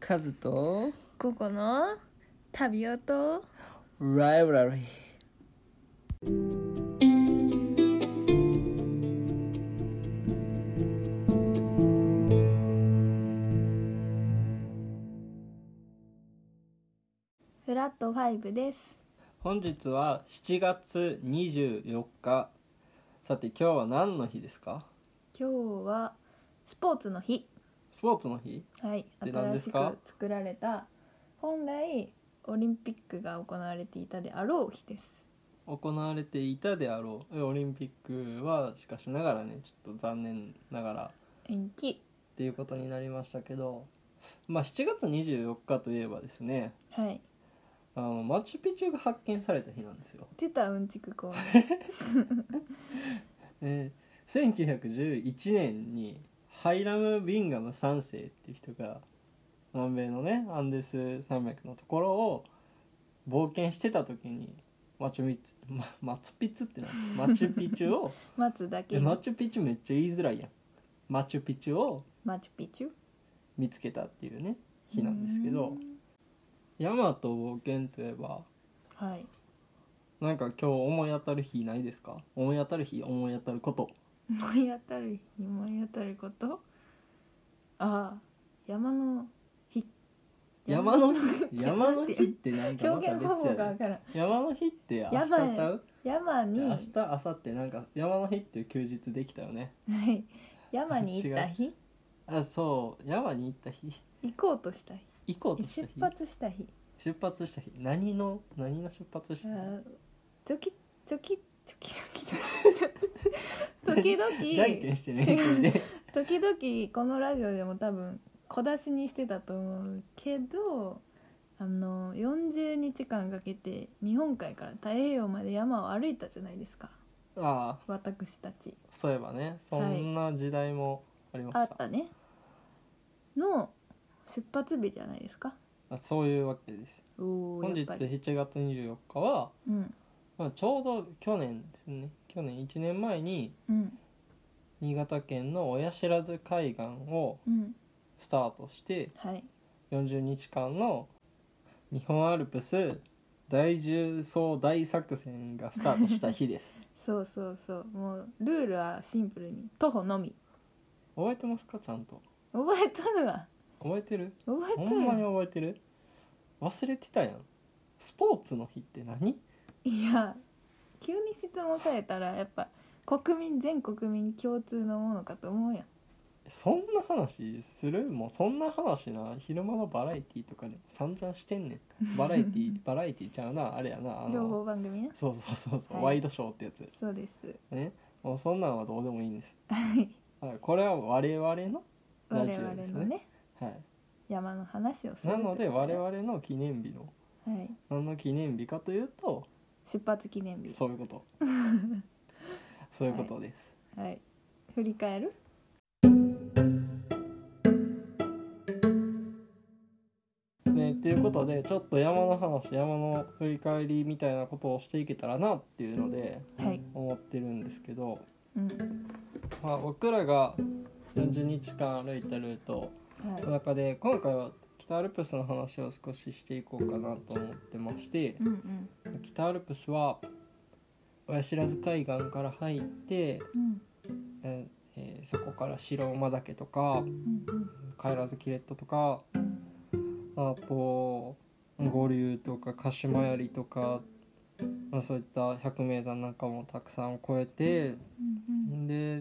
カズとここの旅音とライブラリーフラットファイブです本日は7月24日さて今日は何の日ですか今日はスポーツの日スポーツの日はいで何新でしすくか作られた本来オリンピックが行われていたであろう日です行われていたであろうオリンピックはしかしながらねちょっと残念ながらっ延期ていうことになりましたけどまあ7月24日といえばですねはいあのマチュピチュが発見された日なんですよ。出たうんちくこ で1911年にハイラム・ビンガム3世っていう人が南米のねアンデス山脈のところを冒険してた時にマチュピチュ、ま、マツピツってなマチュピチュ を待つだけえマチュピチュめっちゃ言いづらいやんマチュピチュをマチュピチュ見つけたっていうね日なんですけどヤマト冒険といえばはいなんか今日思い当たる日ないですか思い当たる日思い当たること思い当たる日思い当たることああ山の日山の日山山のの日日ってなんかま 表た現方別法やがね分からん山の日って明や日ばいちゃう山に、明は日明後日なんか山の日っていう休日できたよねい、山に行った日あそう山に行った日行こうとした日行こうとした出日発した日出発した日何の何の出発しあた日ーチョキチョキチョキチョキチョキちょっと時々じゃんけんしてね 違う一人で時々このラジオでも多分小出しにしてたと思うけどあの40日間かけて日本海から太平洋まで山を歩いたじゃないですかああ私たちそういえばねそんな時代もありまあし、ったたねの出発日じゃないですかあそういうわけですおー本や日っぱり、 7月24日は、うんまあ、ちょうど去年ですね去年1年前にうん新潟県の親不知海岸をうんスタートしてはい40日間の日本アルプス大重曹大作戦がスタートした日です そうそうそうもうルールはシンプルに徒歩のみ覚えてますかちゃんと覚えとるわ覚えてる覚えほとんまにるわ覚えてる忘れてたやんスポーツの日って何いや急に質問されたらやっぱ国民全国民共通のものかと思うやんそんな話するもうそんな話な昼間のバラエティとかでも散々してんねんバラエテ ィバラエティちゃうなあれやなあ情の報番組なそうそうそうそう、はいワイドショーってやつそうですねもうそんなんはどうでもいいんですはいはいこれは我々のラ我ジ々オですのねねはい山の話をするなので我は々の記念日のい、何の記念日かというと出発記念日そういうこと そういうことです、はい振り返るねっていうことでちょっと山の話山の振り返りみたいなことをしていけたらなっていうのではい思ってるんですけど、うんまあ、僕らが40日間歩いたルートはいの中で今回は北アルプスの話を少ししていこうかなと思ってましてうんうん北アルプスは親不知海岸から入ってうんえーえーそこから白馬岳とかうんうん帰らずキレットとかあと五竜とか鹿島槍とか、まあ、そういった百名山なんかもたくさん越えうんて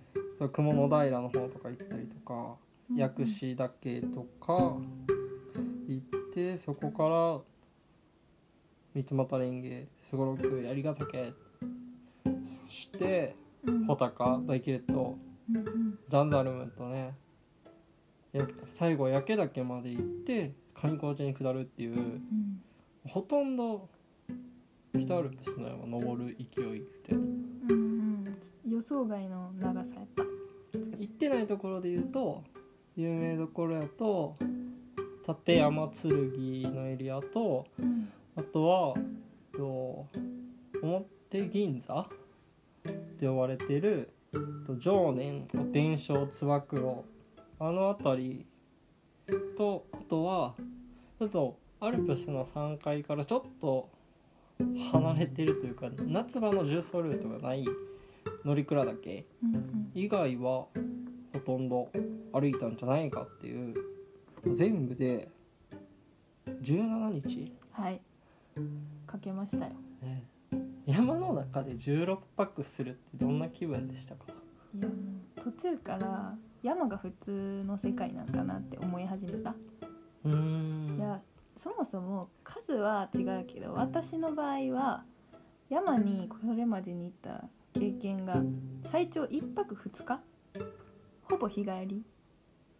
で雲の平の方とか行ったりとかうん薬師岳とか行ってそこから三俣蓮華すごろく槍ヶ岳そしてうん穂高大キレットうんうんジャンダルムとねや最後焼岳まで行って上高地に下るっていううんほとんど北アルプスの山登る勢いってうんうん予想外の長さやった行ってないところで言うと有名どころやと立山剣のエリアとうんあとはえっと表銀座って呼ばれてるえっと常念お天正つば九郎あの辺りとあとはちょっとアルプスの3階からちょっと離れてるというか夏場の重曹ルートがない乗鞍岳うんうん以外はほとんど歩いたんじゃないかっていう全部で17日、はいかけましたよね山の中で16泊するってどんな気分でしたかいやもう途中から山が普通の世界なんかなって思い始めたうーんいやそもそも数は違うけど私の場合は山にこれまでに行った経験が最長1泊2日ほぼ日帰り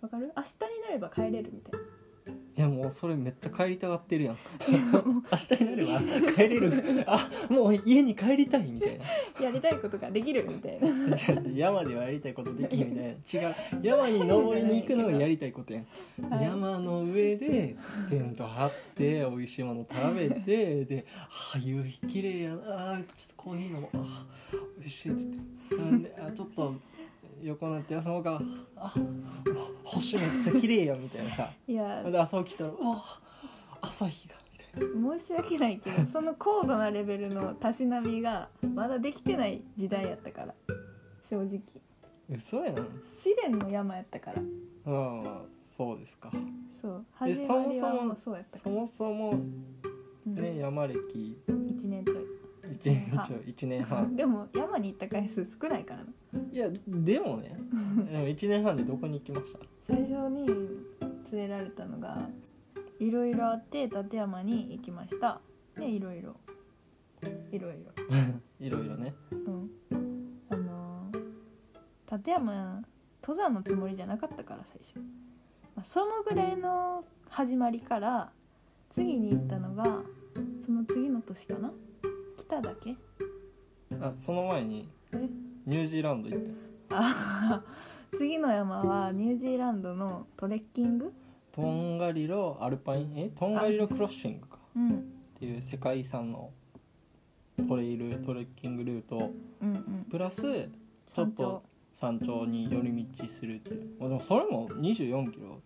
わかる明日になれば帰れるみたいいやもうそれめっちゃ帰りたがってるやんな も明日になれば帰れ るあもう家に帰りたいみたいなうやりたいことができるみたいなちょっと山ではやりたいことできんみたいな違う山に登りに行くのがやりたいことやんはい山の上でテント張って美味しいもの食べてで「あ夕日綺麗やなあーちょっとコーヒー飲もうあー美味しい」っつってなんであちょっと横になって休もうかあ星めっちゃ綺麗やみたいなさいやで朝起きたら「うわ朝日が」みたいな。申し訳ない けどその高度なレベルのたしなみがまだできてない時代やったから正直嘘やん試練の山やったからうんそうですかそうで始そまもりそはももうそうやったかそもそもら、ね山歴うん、1年ちょい1年ちょ い1年半でも山に行った回数少ないからないやでもねでも1年半でどこに行きました最初に連れられたのがいろいろあって立山に行きましたでいろいろいろいろいろいろねうんあのー立山登山のつもりじゃなかったから最初、まあ、そのぐらいの始まりから次に行ったのがその次の年かな北岳あその前にえニュージーランド行ったあ 次の山はニュージーランドのトレッキング、トンガリロアルパインえトンガリロクロッシングかうん、っていう世界遺産のトレイルトレッキングルートうんうんプラスちょ山っ頂と山頂に寄り道するっていうあでもそれも24キロ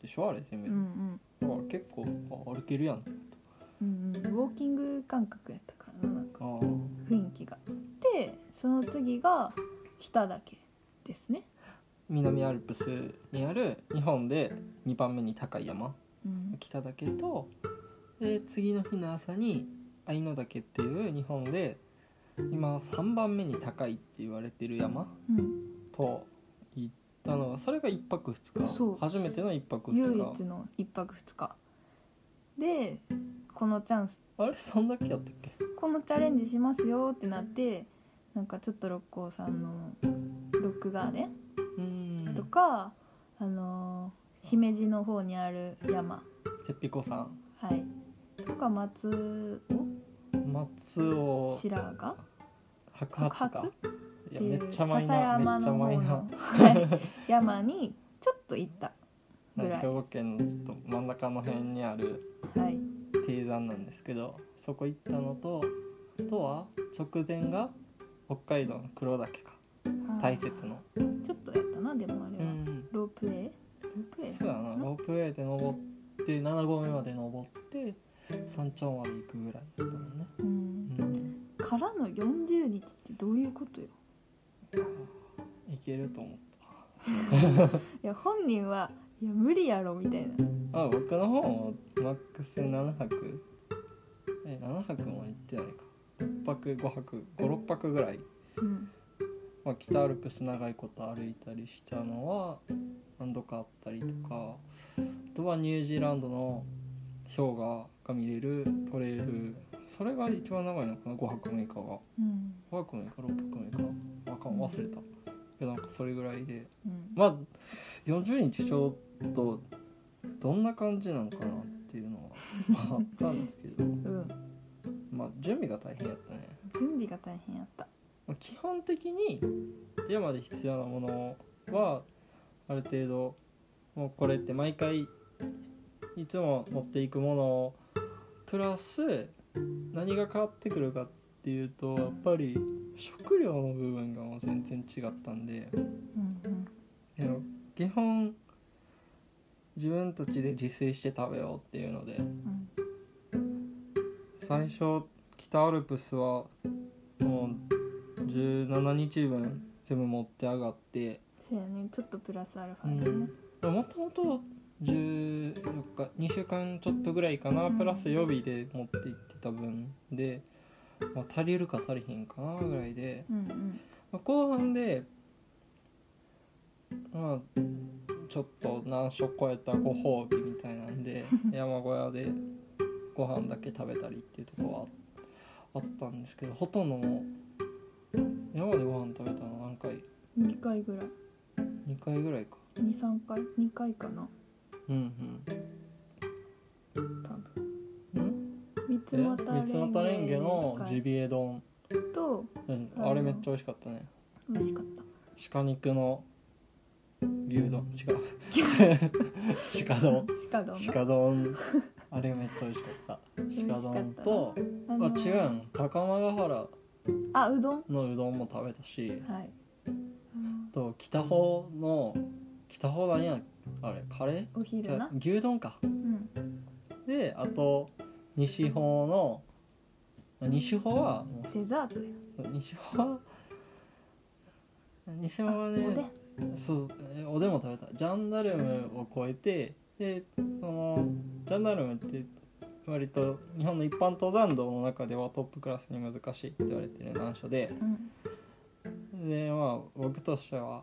でしょあれ全う部んうんだから結構あ歩けるやんうんうんウォーキング感覚やったからななんかああ雰囲気がでその次が北岳ですね、南アルプスにある日本で2番目に高い山うん、北岳とで次の日の朝に愛の岳っていう日本で今3番目に高いって言われてる山うんと行ったのはそれが1泊そ2う日初めての1泊唯2一日の1泊2日でこのチャンスあれそんだけやったっけこのチャレンジしますよってなってなんかちょっと六甲山のロックガーデンうーんとか、あのー姫路の方にある山せっぴこさんはいとか松松尾尾白髪白髪か白い髪っやていめうっちゃマイナー笹め山っちゃのマイ方ナ のーはい山にちょっと行ったぐらい兵庫県のちょっと真ん中の辺にあるはい低山なんですけどそこ行ったのとあとは直前が北海道の黒岳か大雪のちょっとやったなでもあれうは、んロープウェイロープウェイそうやなロープウェイで登って7合目まで登って山頂まで行くぐらいだったもんね、ううんん、からの40日ってどういうことよ行けると思っいや本人はいや無理やろみたいなたあ僕の方もマックス7泊え7泊も行ってないか6泊5泊56泊ぐらいうんまあ、北アルプス長いこと歩いたりしたのは何度かあったりとかあとはニュージーランドの氷河が見れるトレイルそれが一番長いのかな5泊6日がうん5泊6日6泊6日わかん忘れたいやなんかそれぐらいでうんまあ40日ちょっとどんな感じなのかなっていうのはまああったんですけどうんまあ準備が大変やったね準備が大変やったまあ基本的に山で必要なものはある程度もうこれって毎回いつも持っていくものをプラス何が変わってくるかっていうとやっぱり食料の部分がもう全然違ったんでうんいや基本自分たちで自炊して食べようっていうのでうん最初北アルプスはもう17日分全部持って上がってそうやねちょっとプラスアルファでね、もともと14日2週間ちょっとぐらいかなうんプラス予備で持って行ってた分で、まあ、足りるか足りへんかなぐらいで、うん、うんまあ後半でまあちょっと難所超えたご褒美みたいなん で山小屋でご飯だけ食べたりっていうとこはあったんですけどほとんどもう山でご飯食べたの何回2回ぐらい2回ぐらいか23回2回かなうん多分うんうん三つでま三たつまたレンゲのジレンビエ丼、ゲとうんあのあれめっちゃ美味しかったね美味しかった鹿肉の牛丼違う 鹿丼鹿丼鹿丼あれめっちゃ美味しかった鹿丼とああの違うの高間ヶ原あうどんのうどんも食べたしはいあのあと北方の北方何やあれカレおー昼違うな牛丼かうんであと西方のまあ西方はもうデザートや西尾西尾あはねおでんそうえおでんも食べたジャンダルムを超えてでそのジャンダルムって割と日本の一般登山道の中ではトップクラスに難しいって言われてる難所でうんでまあ僕としては、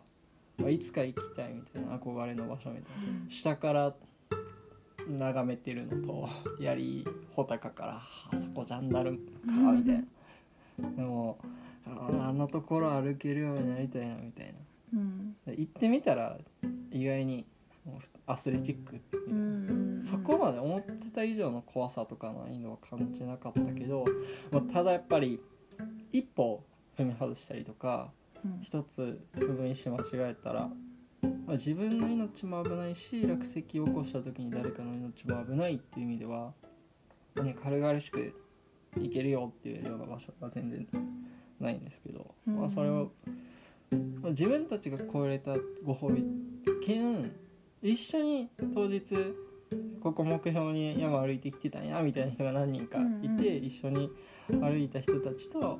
まあいつか行きたいみたいな憧れの場所みたいな下から眺めてるのと槍穂高からあそこジャンダルムかみたいなでもあーあんなところ歩けるようになりたいなみたいなうんで行ってみたら意外にもうふアスレチックみたいなうんそこまで思ってた以上の怖さとか難易度は感じなかったけど、まあ、ただやっぱり一歩踏み外したりとかうん一つ部分石間違えたら、まあ、自分の命も危ないし落石を起こした時に誰かの命も危ないっていう意味では、ね、軽々しく行けるよっていうような場所は全然ないんですけど、うんまあ、それを、まあ自分たちが超えれたご褒美兼一緒に当日ここ目標に山歩いてきてたんやみたいな人が何人かいて、うんうん一緒に歩いた人たちと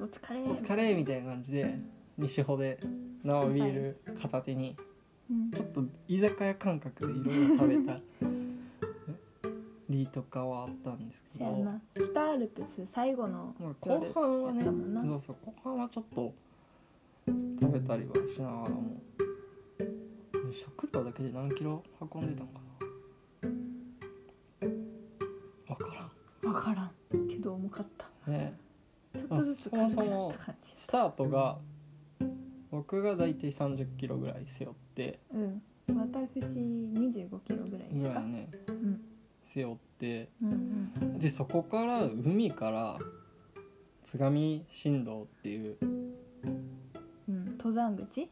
お疲れお疲れみたいな感じで西穂で生ビール片手にうんちょっと居酒屋感覚でいろいろ食べたりとかはあったんですけせやど、まな北アルプス最後のあ、後夜半はねやったもんなそうそう後半はちょっと食べたりはしながらも食料だけで何キロ運んでたのかな分か分からんけど重かったらんねちょっとずつ軽くなった感じスタートが僕が大体3 0キロぐらい背負ってうん私25キロぐらいでぐすらかいねうん背負ってうんうんでそこから海から津上新道っていう、うん登山口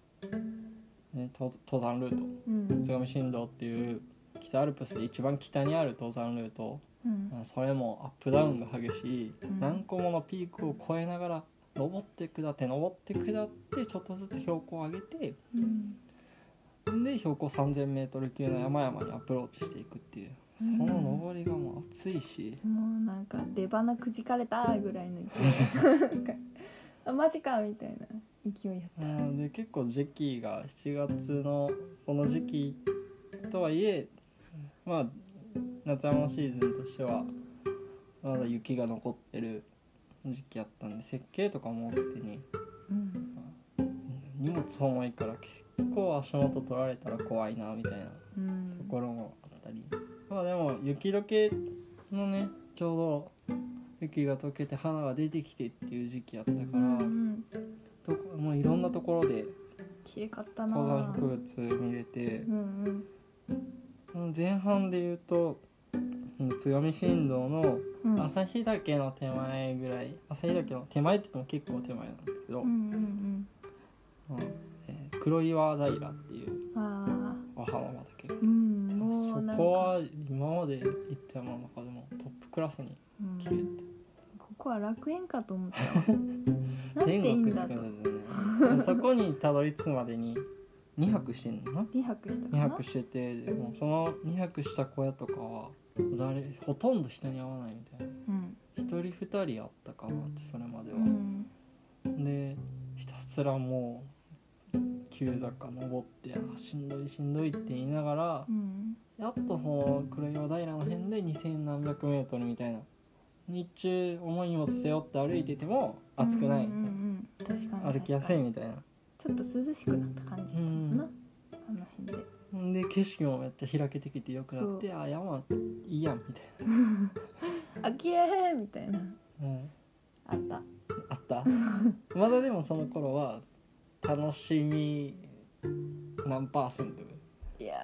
ね、登登山ルートうん津上新道っていう北アルプスで一番北にある登山ルートうんまあそれもアップダウンが激しい、うん何個ものピークを越えながら登って下って登って下ってちょっとずつ標高を上げてうんで標高 3,000m 級の山々にアプローチしていくっていうその登りがもう暑いし、もうなんか出花くじかれたぐらいの勢いなんかあマジかみたいな勢いやったうんで結構時期が7月のこの時期とはいえまあ夏山のシーズンとしてはまだ雪が残ってる時期やったんで設計とかも多くてにうん荷物重いから結構足元取られたら怖いなみたいなうんところもあったりまあでも雪解けのねちょうど雪が溶けて花が出てきてっていう時期やったからうんうんとこもういろんなところで綺麗かったな高山植物見れてうんうん前半で言うと津上新道のうん旭岳の手前ぐらい旭岳の手前って言っても結構手前なんだけど、うんううんんえー黒岩平っていううんあお花畑がーうんもうそなんこかは今まで行った山の中でもトップクラスにうん綺麗ってここは楽園かと 思ったわなんていい天ん国ってだ感じとだよねそこにたどり着くまでに2泊してんのかな2泊したか2な泊しててでもその2泊した小屋とかは誰ほとんど人に会わないみたいなうん、 1人2人会ったかなってそれまでうは、ん、でひたすらもう急坂登ってあしんどいしんどいって言いながらうん、やっとその黒岩平の辺で2000何百メートルみたいな日中重い荷物背負って歩いてても暑くない、うんうんうん、確かに歩きやすい確かにみたいなちょっと涼しくなった感じしたもんな、うんあの辺でで景色もめっちゃ開けてきてよくなってあ山いいやんみたいあ綺麗みたいなな、うん、あったあった まだでもその頃は楽しみ何パーセントいや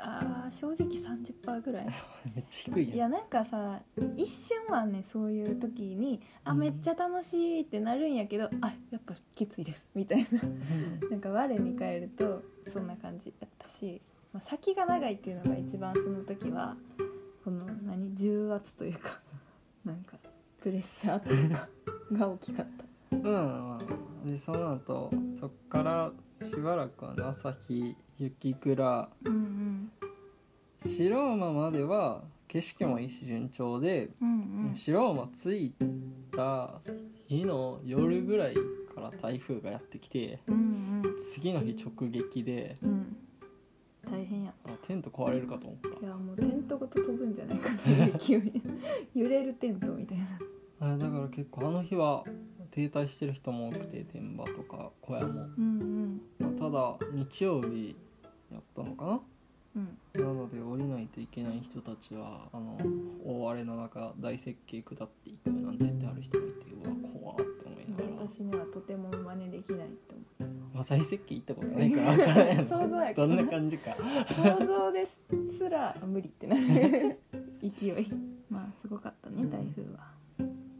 ー正直30%ぐらいめっちゃ低いやんいやなんかさ一瞬はねそういう時にあうんめっちゃ楽しいってなるんやけど、あやっぱきついですみたいななんか我に返るとそんな感じだったし、まあ、先が長いっていうのが一番その時はこの何重圧というか なんかプレッシャーという かが大きかっうたんうんでその後そっからしばらくはね朝日雪倉うん白馬までは景色もいいし順調で、うんうん白馬着いた日の夜ぐらいから台風がやってきてうん次の日直撃でうんうん大変やあテント壊れるかと思っいやもうテントごと飛ぶんじゃないかという勢いで 揺れるテントみたいなたあだから結構あの日は停滞してる人も多くて天場とか小屋も、うんまあただ日曜日やったのかなうんうんなので降りないといけない人たちはあの大荒れの中大設計下っていくなんて言ってある人もいてうわ怖ーって思いながら、私にはとても真似できないとまあ、大設計行ったことないから分からんやろ想像やけ どどんなな感じか思う想像ですら無理ってなる勢い まあすごかったね台風は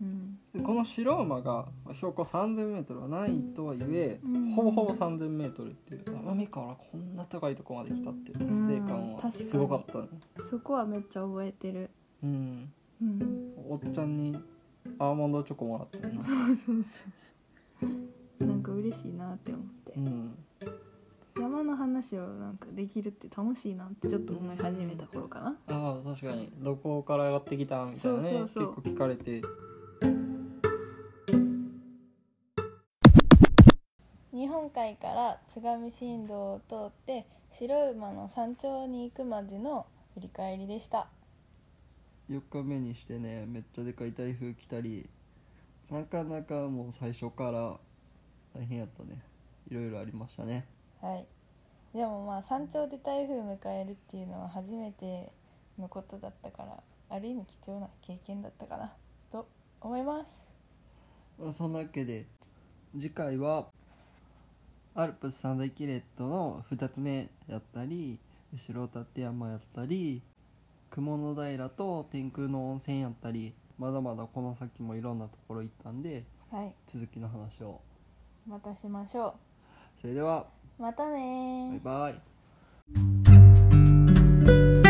うんでこの白馬が標高 3,000m はないとはいえ、うんほぼほぼ 3,000m っていう海からこんな高いとこまで来たっていう達成感うん確はかにすごかったね、そこはめっちゃ覚えてるうん、うんおっちゃんにアーモンドチョコもらったよななんか嬉しいなって思ってうん山の話をなんかできるって楽しいなってちょっと思い始めた頃かなああ確かにどこから上がってきたみたいなねそうそうそう結構聞かれて日本海から津軽新道を通って白馬の山頂に行くまでの振り返りでした4日目にしてねめっちゃでかい台風来たりなかなかもう最初から大変やったねいろいろありましたねはいでもまあ山頂で台風迎えるっていうのは初めてのことだったからある意味貴重な経験だったかなと思いますまあそんなわけで次回はアルプス三大キレットの2つ目やったり後ろ立山やったり雲の平と天空の温泉やったりまだまだこの先もいろんなところ行ったんではい続きの話をまたしましょそれではうまたねーバイバイ